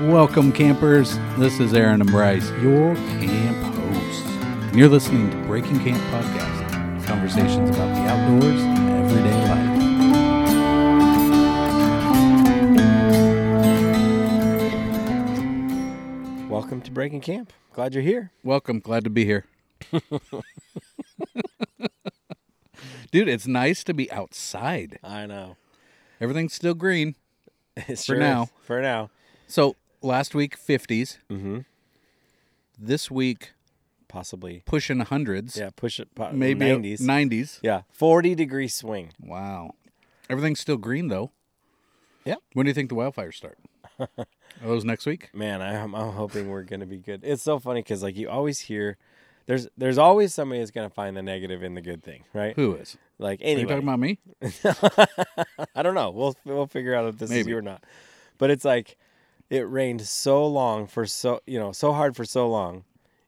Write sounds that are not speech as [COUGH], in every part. Welcome, campers. This is Aaron and Bryce, your camp hosts. And you're listening to Breaking Camp Podcast conversations about the outdoors and everyday life. Welcome to Breaking Camp. Glad you're here. Welcome. Glad to be here. [LAUGHS] Dude, it's nice to be outside. I know. [LAUGHS] Everything's still green. It's now. For now. So last week, 50s. Mm-hmm. This week, Possibly. pushing hundreds. Yeah. Push it. Po- Maybe 90s. 90s. yeah. 40 degree swing. Wow. Everything's still green though. Yep. When do you think the wildfires [LAUGHS] start? Are those next week? Man, I, am I'm hoping we're gonna be good. It's so funny because like you always hear, there's there's always somebody that's gonna find the negative in the good thing, right? Who is? Like Are you anyway. talking about me? [LAUGHS] I don't know. We'll we'll figure out if this is Maybe. you or not. But it's like it rained so long for so you know so hard for so long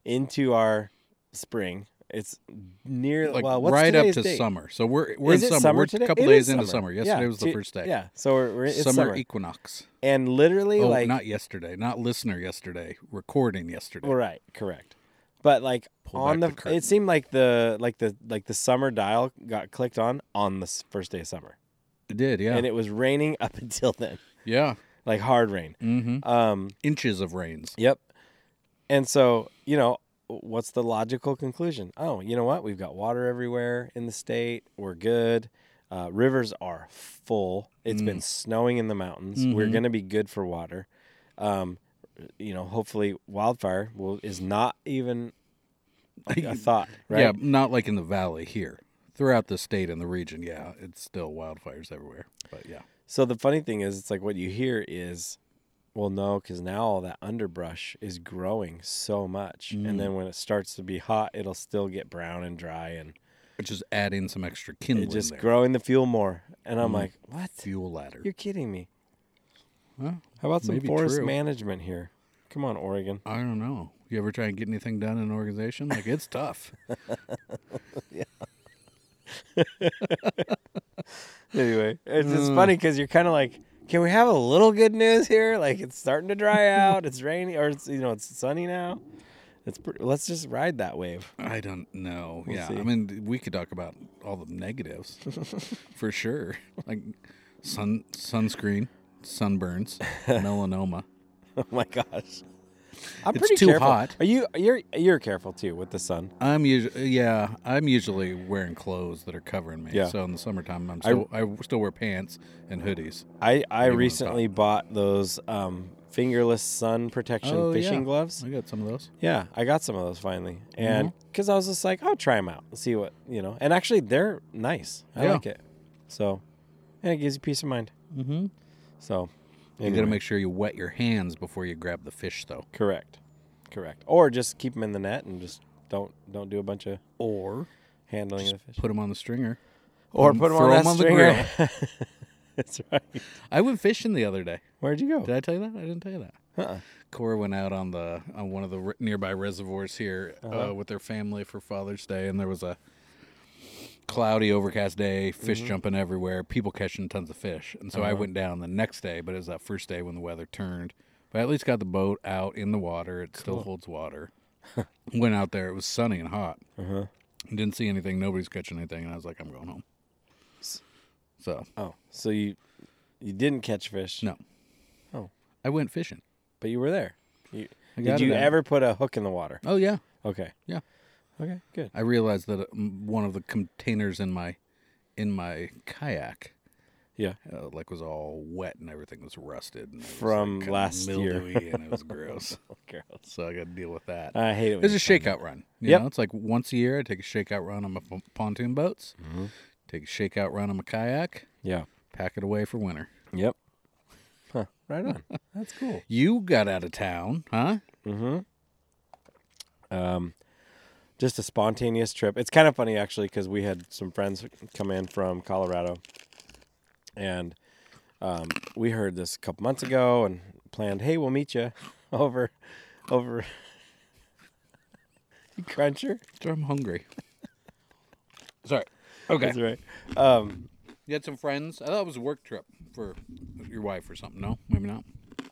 into our spring. It's near Like well, what's right up today's to date? summer. So we're we're Is in it summer. we're today? a couple It days is into summer. Yesterday was the T- first day. Yeah, so we're, we're it's Summer, summer, equinox. and literally Oh, like not yesterday. Not listener yesterday. Recording yesterday. well, right, correct. But like Pull on back the, the curtain. it seemed like the like the like the summer dial got clicked on on the s- first day of summer, It did, yeah. and it was raining [LAUGHS] up until then, yeah. like hard rain. hmm Um, Inches of rains. Yep. And so, you know, what's the logical conclusion? Oh, you know what? We've got water everywhere in the state. We're good. Uh, rivers are full. It's been Mm. snowing in the mountains. We're Mhm. going to be good for water. Um, you know, hopefully, wildfire will, is not even a, [LAUGHS] a thought, right? Yeah, not like in the valley here. Throughout the state and the region, yeah, it's still wildfires everywhere. But yeah. So the funny thing is, it's like what you hear is, well, no, because now all that underbrush is growing so much, Mm. and then when it starts to be hot, it'll still get brown and dry, and Which is adding some extra kindling it just there. growing the fuel more. And I'm Mm. like, what? Fuel ladder. You're kidding me? Well, How about some Maybe forest true. management here? Come on, Oregon. [LAUGHS] I don't know. You ever try and get anything done in an organization? Like it's [LAUGHS] tough. Anyway, it's just Mm. funny because you're kind of like, can we have a little good news here? Like it's starting [LAUGHS] to dry out. it's raining, or it's you know it's sunny now. It's pr let's just ride that wave. [LAUGHS] I don't know. We'll yeah, see. I mean, we could talk about all the [LAUGHS] negatives for sure. Like sun sunscreen, [LAUGHS] sunburns, melanoma. Oh my gosh. I'm It's pretty too careful. hot. Are you you're you're careful too with the sun. I'm usually yeah. I'm usually wearing clothes that are covering me. Yeah. So in the summertime, I'm I- still I, still wear pants and hoodies. I I Maybe it's recently bought those um fingerless sun protection Oh, fishing yeah. gloves. I got some of those. Yeah, I got some of those finally. And Mm-hmm. cuz I was just like, I'll try them out. See what, you know. And actually they're nice. I Yeah. like it. So, yeah, it gives you peace of mind. Mm-hmm. So, You got to anyway, make sure you wet your hands before you grab the fish, though. correct. Correct. Or just keep them in the net and just don't don't do a bunch of Or handling of the fish. put them on the stringer. Or and put them throw on, 'em that on the stringer. [LAUGHS] That's right. I went fishing the other day. Where'd you go? Did I tell you that? I didn't tell you that. Uh-uh. Cora went out on the on one of the re- nearby reservoirs here uh Uh-huh. with their family for Father's Day, and there was a cloudy, overcast day, fish Mm-hmm. jumping everywhere, people catching tons of fish. And so Uh-huh. I went down the next day, but it was that first day when the weather turned. But I at least got the boat out in the water. It still holds [LAUGHS] water. went out there. It was sunny and hot. Uh-huh. Didn't see anything. Nobody's catching anything, and I was like, I'm going home. S- So Oh, so you you didn't catch fish? no. Oh. I went fishing. but you were there. You, I did got it you out. ever put a hook in the water? Oh yeah. Okay. Yeah. Okay. Good. I realized that uh, m- one of the containers in my in my kayak Yeah. uh, like was all wet and everything was rusted and it was, like, From kinda last year. mildewy and it was [LAUGHS] gross. Girls. So I got to deal with that. I hate it. When There's a you shakeout run. You Yep. know, it's like once a year I take a shakeout run on my p- pontoon boats. Take a shakeout run on my kayak. Yeah. Pack it away for winter. Yep. Huh. Right [LAUGHS] on. That's cool. You got out of town, huh? Mm-hmm. Um, just a spontaneous trip. It's kind of funny actually because we had some friends come in from Colorado, and um, we heard this a couple months ago and planned. Hey, we'll meet you [LAUGHS] over, over. [LAUGHS] You Cruncher. So I'm hungry. [LAUGHS] Sorry. Okay. That's right. Um, You had some friends. I thought it was a work trip for your wife or something. No, maybe not.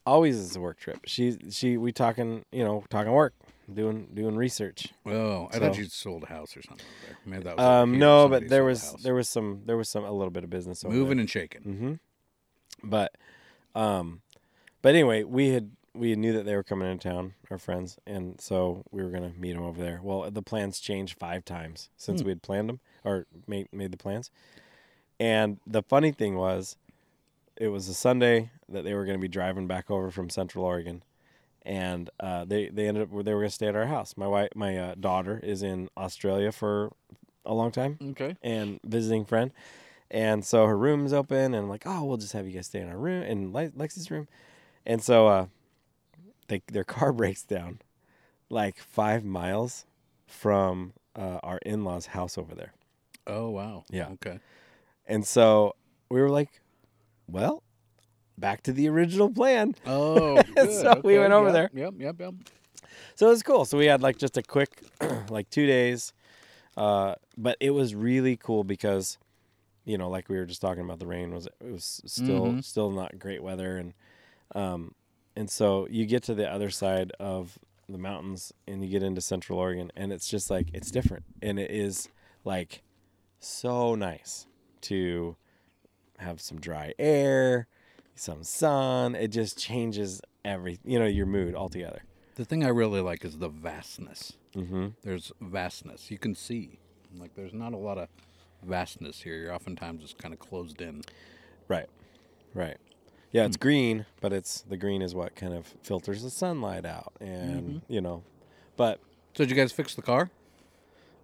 Always is a work trip. She she we talking you know talking work, doing doing research. Oh, I thought So- you sold a house or something over there. Maybe that was over Um, here, no, somebody but there sold a was house. there was some there was some a little bit of business over moving and shaking. Mm-hmm. But, um, but anyway, we had we knew that they were coming into town, our friends, and so we were gonna meet them over there. Well, the plans changed five times Hmm. since we had planned them or made made the plans. And the funny thing was, it was a Sunday that they were gonna be driving back over from Central Oregon. And uh, they they ended up they were gonna stay at our house. My wife, my uh, daughter is in Australia for a long time, Okay. and visiting friend. And so her room's open, and I'm like, oh, we'll just have you guys stay in our room, in Le- Lexi's room. And so uh, they, their [LAUGHS] car breaks down like five miles from uh, our in law's house over there. Oh wow. Yeah. [LAUGHS] Okay. And so we were like, well, back to the original plan. Oh. good, So we went over yep, there. Yep. Yep. Yep. So it was cool. So we had like just a quick, [CLEARS THROAT] like two days, uh, but it was really cool because, you know, like we were just talking about, the rain was it was still Mhm. still not great weather, and um, and so you get to the other side of the mountains and you get into Central Oregon, and it's just like it's different, and it is like so nice to have some dry air, some sun. It just changes every, you know, your mood altogether. The thing I really like is the vastness. Mm-hmm. There's vastness. You can see. Like there's not a lot of vastness here. You're oftentimes just kind of closed in. Right. Right. Yeah, Mm. it's green, but it's the green is what kind of filters the sunlight out and, Mm-hmm. you know. But So did you guys fix the car?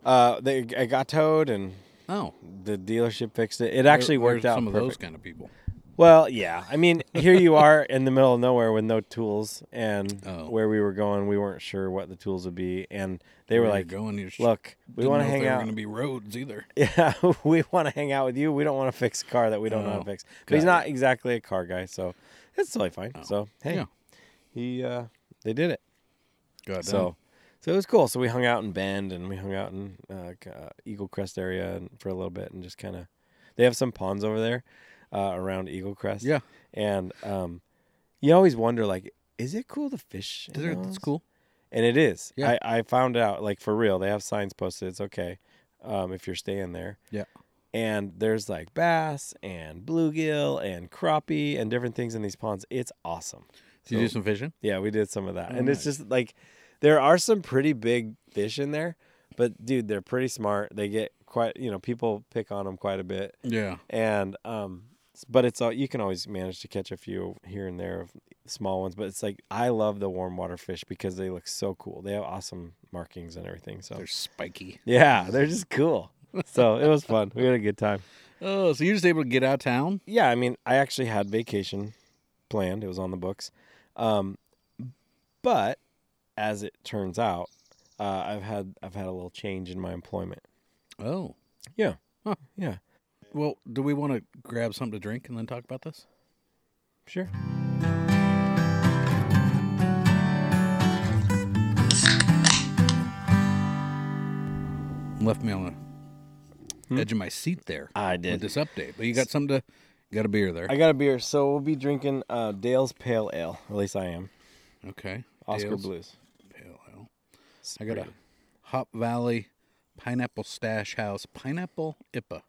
uh they it got towed and Oh, the dealership fixed it. It actually There- worked there's out Some of those perfect. kind of people. Well, yeah. [LAUGHS] I mean, here you are in the middle of nowhere with no tools and Oh. where we were going, we weren't sure what the tools would be and they were Where you're like, going, you "Look, we want to hang out. [LAUGHS] Going to be roads either. Yeah, we want to hang out with you. We don't want to fix a car that we don't know how Oh, to fix. But he's got Oh. not exactly a car guy, so it's totally fine. So hey, Yeah. he uh, they did it. God So so it was cool. So we hung out in Bend and we hung out in uh, K- uh, Eagle Crest area and for a little bit and just kind of they have some ponds over there uh, around Eagle Crest. Yeah. and um, you always wonder like, is it cool to fish? in damn. There- those? that's cool. And it is. Yeah. I, I found out, like for real, they have signs posted. It's okay um, if you're staying there. Yeah. And there's like bass and bluegill and crappie and different things in these ponds. It's awesome. Did you do So- some fishing? yeah, we did some of that. Oh, and it's nice. just like there are some pretty big fish in there, but dude, they're pretty smart. They get quite, you know, people pick on them quite a bit Yeah. and um but it's all you can always manage to catch a few here and there of small ones but it's like i love the warm water fish because they look so cool they have awesome markings and everything so They're spiky. yeah they're just cool so it was fun we had a good time Oh, so you're just able to get out of town? yeah i mean i actually had vacation planned it was on the books um but as it turns out uh, i've had i've had a little change in my employment Oh. yeah Huh. yeah Well, do we want to grab something to drink and then talk about this? sure Left me on the edge of my seat there. Hmm? I did. With this update. But you got something to, got a beer there. I got a beer, so we'll be drinking uh, Dale's Pale Ale. At least I am. okay. Oscar Dale's Blues. Pale Ale. It's I got a pretty Hop Valley Pineapple Stash House Pineapple [LAUGHS] IPA.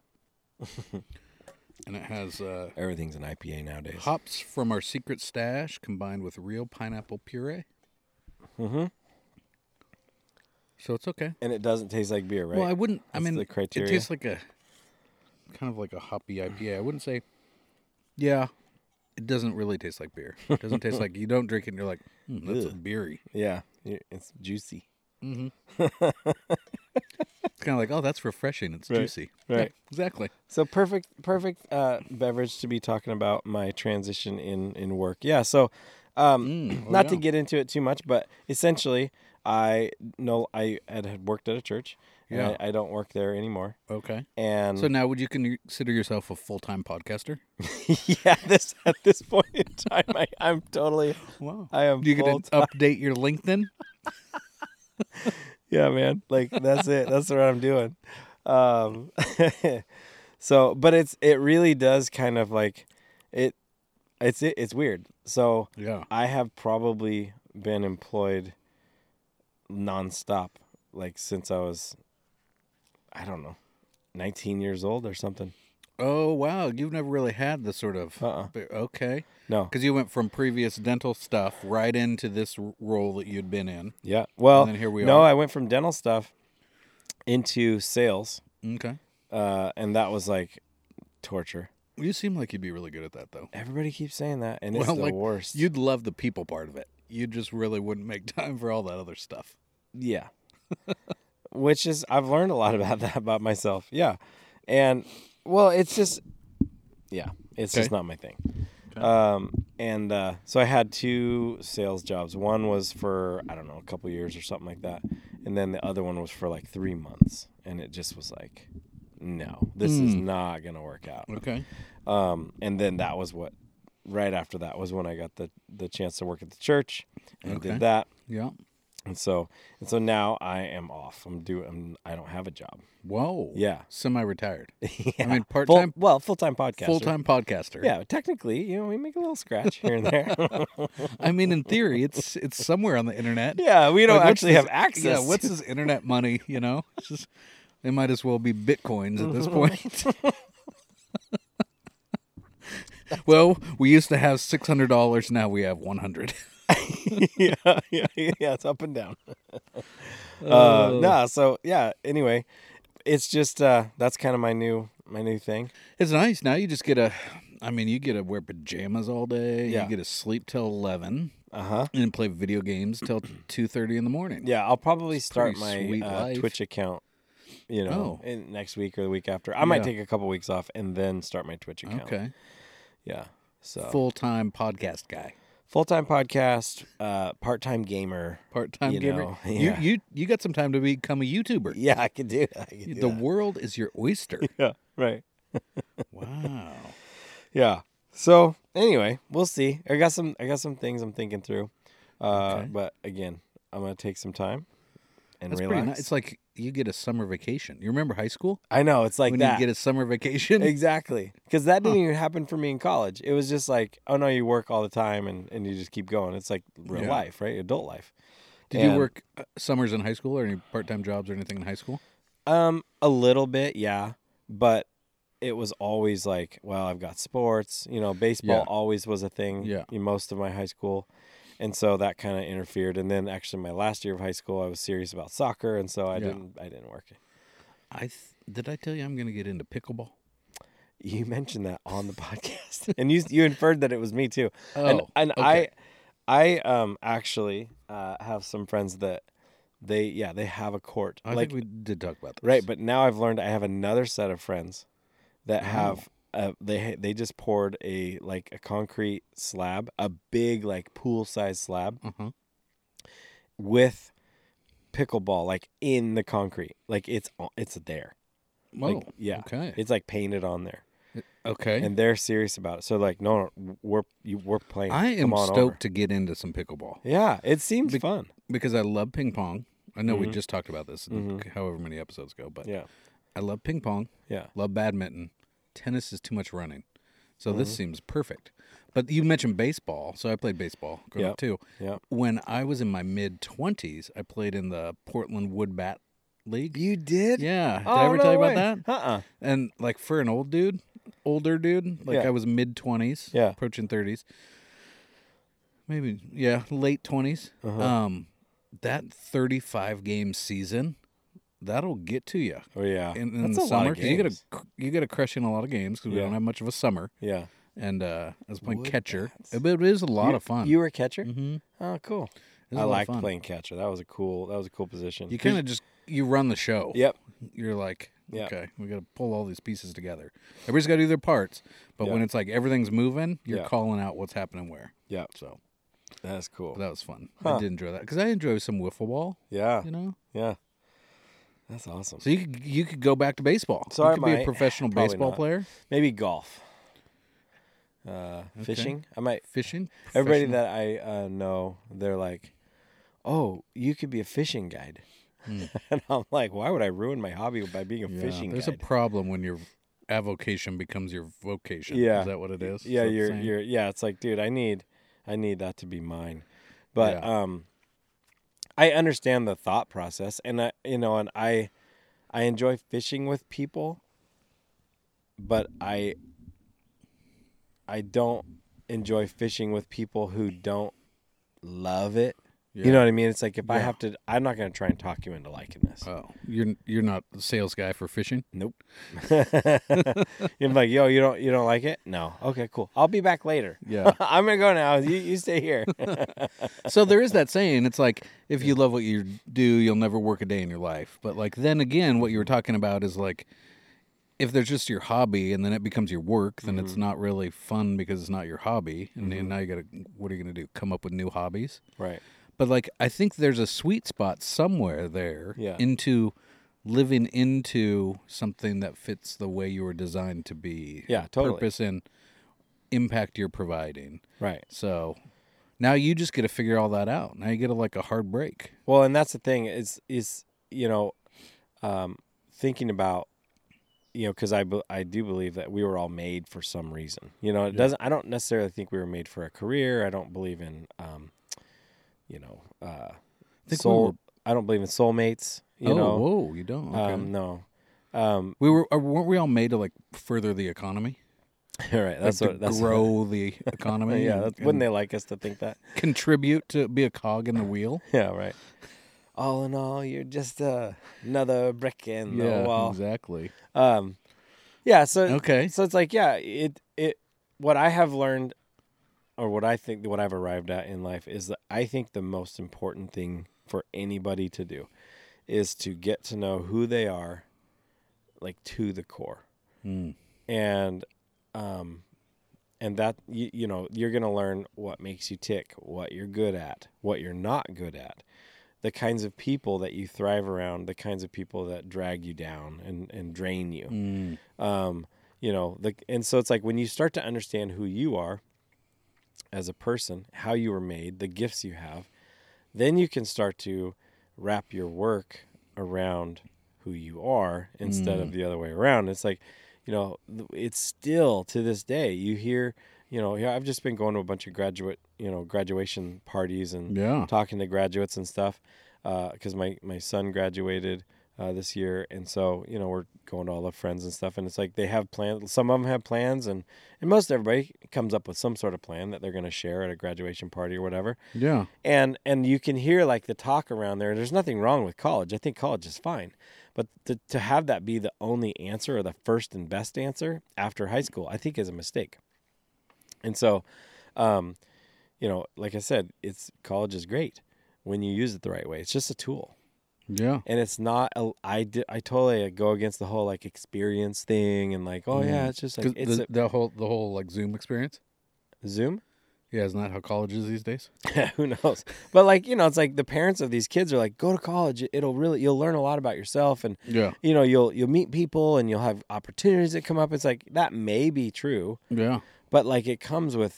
and it has uh, good. Everything's an IPA nowadays. hops from our secret stash combined with real pineapple puree. hmm So it's okay. And it doesn't taste like beer, right? Well, I wouldn't. I That's mean, the criteria. it tastes like a kind of like a hoppy IPA. I wouldn't say. Yeah, it doesn't really taste like beer. It doesn't taste like you don't drink it and you're like, hmm, that's a beery. yeah, y- it's juicy. It's kind of like, oh, that's refreshing. It's Right, juicy. right. Yeah, exactly. So perfect, perfect uh, beverage to be talking about my transition in in work. Yeah. So, um, [CLEARS THROAT] Mm, oh not to yeah. get into it too much, but essentially, I know I had had worked at a church. and Yeah. I, I don't work there anymore. Okay. And So now, would you consider yourself a full time podcaster? [LAUGHS] yeah, this at this point in time, I, I'm totally, Wow. I am You full going to update your LinkedIn? yeah man like that's it that's what i'm doing [LAUGHS] um so but it's it really does kind of like it It's it, it's weird. So Yeah. I have probably been employed nonstop, like since I was, I don't know, 19 years old or something. Oh wow, you've never really had the sort of Uh-uh. but- okay, No. because you went from previous dental stuff right into this r- role that you'd been in. Yeah. Well, then here we no, are. I went from dental stuff into sales, Okay, uh, and that was like torture. you seem like you'd be really good at that though. Everybody keeps saying that, and it's the like, worst. You'd love the people part of it. You just really wouldn't make [LAUGHS] time for all that other stuff. Yeah. [LAUGHS] Which is I've learned a lot about [LAUGHS] that about myself. Yeah. And well, it's just yeah, it's just Okay. not my thing. Um and uh so I had two sales jobs. One was for I don't know, a couple years or something like that. And then the other one was for like 3 months and it just was like no, this is Hmm. not going to work out. Okay, Um, and then that was what right after that was when I got the the chance to work at the church and Okay. did that. yeah. And so and so now I am off. I'm doing. I'm, I don't have a [LAUGHS] job. [LAUGHS] Whoa. Yeah. [LAUGHS] Semi-retired. Yeah. mean, Full- part-time- well, full time podcaster. Full-time podcaster. Yeah, technically, you know, we make a little scratch here and [LAUGHS] there. [LAUGHS] I mean, in theory, it's it's somewhere on the internet. yeah, we don't Like, what's actually his- have access. Yeah, what's his internet money? You know, it's just, they might as well be bitcoins at this [LAUGHS] point. [LAUGHS] well, we used to have six hundred dollars. Now we have one hundred. [LAUGHS] yeah, yeah, yeah, it's up and down. [LAUGHS] Uh, Oh. nah, so yeah. Anyway, it's just uh, that's kind of my new my new thing. It's nice. Now you just get a. I mean, you get to wear pajamas all day. Yeah. You get to sleep till eleven Uh huh. and then play video games till two thirty in the morning. Yeah, I'll probably start pretty my sweet uh, life. Twitch account. You Oh. know, in next week or the week after. I might Yeah. take a couple weeks off and then start my Twitch account. Okay. Yeah. So Full time podcast guy. full time podcast, uh, part time gamer. Part time You gamer. know, yeah. You you you got some time to become a YouTuber. [LAUGHS] Yeah, I could do. I could do the that. world is your [LAUGHS] oyster. yeah, right. wow. Yeah. So anyway, we'll see. I got some. I got some things I'm thinking through. Uh, Okay. But again, I'm gonna take some time and That's relax. pretty nice. It's like you get a summer vacation. You remember high school? I know it's like when that. you get a summer vacation? Exactly. Because that didn't even happen for me in college. It was just like, oh no, you work all the time and, and you just keep going. It's like real Yeah. life, right? Adult life. Did And, you work uh, summers in high school or any part time jobs or anything in high school? Um, a little bit, yeah. But it was always like, well, I've got sports. You know, baseball Yeah. always was a thing Yeah. in most of my high school. And so that kind of interfered. And then actually my last year of high school I was serious about soccer and so I Yeah. didn't I didn't work. I th- did I tell you I'm going to get into pickleball? You mentioned that on the [LAUGHS] podcast, and you you inferred that it was me too. and Oh, and okay. I, I um actually uh, have some friends that they yeah they have a court I like think we did talk about this. right, but now I've learned I have another set of friends that have uh, they ha- they just poured a like a concrete slab, a big like pool size slab Uh-huh. with pickleball like in the concrete, like it's on- it's there. Whoa. Like, yeah, Oh, Okay. it's like painted on there. okay. and they're serious about it. So like, no, no, we're you, we're playing. I am Come on stoked over. to get into some pickleball Yeah, it seems fun. because I love ping pong. I know we just talked about this in however many episodes ago, but Mm-hmm. Yeah, I love ping pong. yeah, love badminton. Tennis is too much running. So Mm-hmm. this seems perfect. But you mentioned baseball. So I played baseball growing up Yep. too. yeah. When I was in my mid 20s, I played in the Portland Wood Bat League. You did? Yeah. Did Oh, I ever no tell you way. about that? Uh-uh. And like for an old dude, older dude, like Yeah. I was mid 20s, Yeah. approaching 30s, maybe, yeah, late 20s. Uh-huh. Um, that 35 game season, that'll get to you Oh yeah. in, in That's the a summer lot of 'cause you got games. to you got to crush in a lot of games because we Yeah. don't have much of a summer. Yeah. And uh, I was playing Wood catcher, bats. Uh, but it is a lot you, of fun. You were a catcher. hmm Oh, cool. It was a lot I of liked fun. playing catcher. That was a cool. That was a cool position. You kind of just you run the show. Yep. You're like, Yeah. okay, we got to pull all these pieces together. Everybody's got to do their parts, but Yeah. when it's like everything's moving, you're Yeah. calling out what's happening where. Yeah. So That's cool. but that was fun. Huh. I did enjoy that because I enjoy some wiffle ball. yeah. You know, Yeah. That's awesome. so you could you could go back to baseball. So you I could be might. a professional Probably baseball not. player, Maybe golf. Uh, fishing. I might. fishing. Everybody professional- that I uh, know, they're like, "Oh, you could be a fishing [LAUGHS] guide," and I'm like, "Why would I ruin my hobby by being a Hmm. Yeah, fishing There's guide?" a problem when you're avocation becomes your vocation. Yeah. Is that what it is? yeah, Is that the you're saying? you're yeah, it's like, dude, I need I need that to be mine. But Yeah. um I understand the thought process and I you know, and I I enjoy fishing with people, but I I don't enjoy fishing with people who don't love it. Yeah. You know what I mean? It's like if I Yeah. have to I'm not going to try and talk you into liking this. Oh, you're you're not the sales guy for fishing. Nope. [LAUGHS] You're like, yo, you don't you don't like it? No. Okay, cool. I'll be back later. Yeah. [LAUGHS] I'm gonna go now. You you [LAUGHS] stay here. [LAUGHS] so there is that saying. It's like if you love what you do, you'll never work a day in your life. But like then again, what you were talking about is like if there's just your hobby and then it becomes your work, then Mm-hmm. it's not really fun because it's not your hobby. And then now you gotta what are you gonna do? Come up with new hobbies? right. But like I think there's a sweet spot somewhere there Yeah. into living into something that fits the way you were designed to be. Yeah, totally. Purpose and impact you're providing. Right. So now you just get to figure all that out. Now you get a, like a hard break. Well, and that's the thing is is you know, um, thinking about you know because I be- I do believe that we were all made for some reason. You know, it doesn't. I don't necessarily think we were made for a career. I don't believe in um, you know, uh, think we soul. were- I don't believe in soulmates. You oh, know, whoa, you don't. Okay. um, no. Um, we were uh, weren't we all made to like further the [LAUGHS] economy? all right. That's like, what. to That's grow the economy. [LAUGHS] yeah. and- That's, wouldn't and they like us to think that? [LAUGHS] contribute to be a cog in the wheel? Yeah, right. All in all, you're just uh, another brick in the wall. exactly. Um, yeah. So Okay. So it's like yeah, it it what I have learned, or what I think what I've arrived at in life is that I think the most important thing for anybody to do is to get to know who they are, like to the core, Mm. and um, and that you, you know you're gonna learn what makes you tick, what you're good at, what you're not good at, the kinds of people that you thrive around, the kinds of people that drag you down and and drain you Mm. um, you know the, and so it's like when you start to understand who you are as a person how you were made the gifts you have then you can start to wrap your work around who you are instead of the other way around it's like you know th- it's still to this day you hear you know yeah i've just been going to a bunch of graduate you know graduation parties and Yeah. talking to graduates and stuff because my, my son graduated uh, this year and so you know we're going to all the friends and stuff and it's like they have plans some of them have plans and, and most everybody comes up with some sort of plan that they're going to share at a graduation party or whatever Yeah. and and you can hear like the talk around there there's nothing wrong with college i think college is fine but to, to have that be the only answer or the first and best answer after high school i think is a mistake and so um you know like i said it's college is great when you use it the right way it's just a tool Yeah. and it's not a, I, di- I totally go against the whole like experience thing and like oh yeah it's just Mm. 'Cause like it's the, the whole the whole like Zoom experience. a, zoom Yeah, isn't that how college is these days? [LAUGHS] who knows but like you know it's like the parents of these kids are like go to college it'll really you'll learn a lot about yourself and Yeah. you know you'll you'll meet people and you'll have opportunities that come up it's like that may be true Yeah. but like it comes with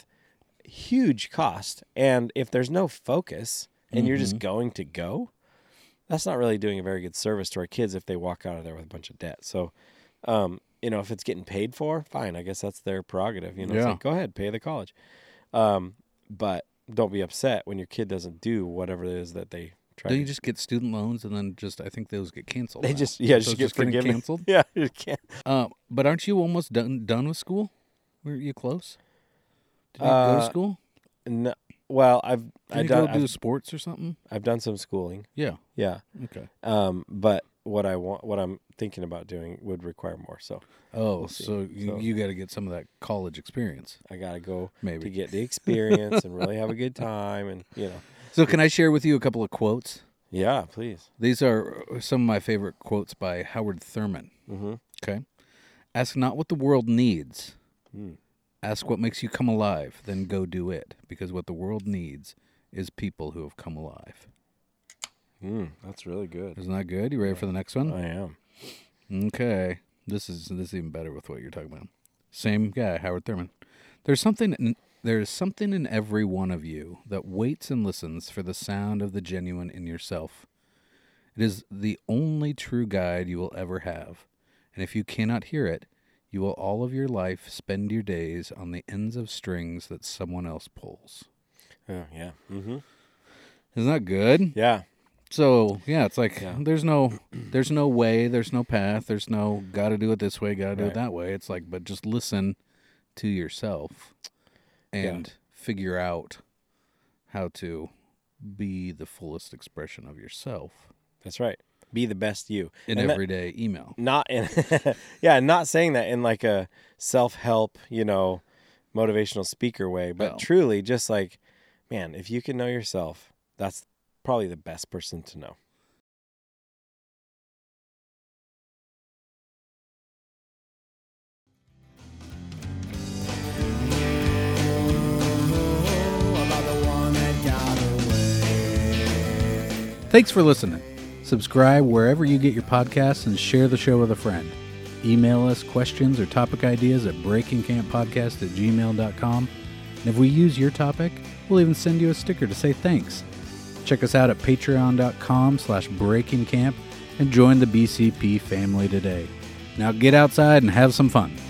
huge cost and if there's no focus and you're Mm-hmm. just going to go that's not really doing a very good service to our kids if they walk out of there with a bunch of debt so um you know if it's getting paid for fine i guess that's their prerogative you know it's Yeah. like go ahead pay the college um but don't be upset when your kid doesn't do whatever it is that they try Don't to you just get student loans and then just I think those get canceled. [LAUGHS] they now. just yeah So just it's get getting [LAUGHS] forgiven canceled. yeah you can't Uh, but aren't you almost done done with school? Were you close? Did you go to Uh, school? No, well, I've Did I you done, go I've, do sports or something? I've done some schooling. Yeah. Yeah. Okay. Um, but what I want, what I'm thinking about doing would require more. So Oh, see. so you, So- you got to get some of that college experience. I gotta go Maybe. to get the experience and really have a [LAUGHS] good time, and you know, So can I share with you a couple of quotes? yeah, please. These are some of my favorite quotes by Howard Thurman. Mm-hmm. Okay. Ask not what the world needs. Mm. Ask what makes you come alive, then go do it. Because what the world needs is people who have come alive. Mm, that's really good. Isn't that good? You ready for the next one? I am. Okay. This is this is even better with what you're talking about. Same guy, Howard Thurman. There's something in, there is something in every one of you that waits and listens for the sound of the genuine in yourself. It is the only true guide you will ever have. And if you cannot hear it, You will all of your life spend your days on the ends of strings that someone else pulls. Oh, yeah. Mm-hmm. Isn't that good? Yeah. So yeah, it's like Yeah. there's no there's no way, there's no path, there's no gotta do it this way, gotta do Right. it that way. It's like but just listen to yourself and figure out how to be the fullest expression of yourself That's right. Be the best you. in And that- everyday email. not in [LAUGHS] yeah not saying that in like a self-help you know motivational speaker way but No. truly just like man if you can know yourself that's probably the best person to know Thanks for listening. Subscribe wherever you get your podcasts and share the show with a friend. Email us questions or topic ideas at breakingcamppodcast at gmail.com. And if we use your topic, we'll even send you a sticker to say thanks. Check us out at patreon.com slash breakingcamp and join the BCP family today. Now get outside and have some fun.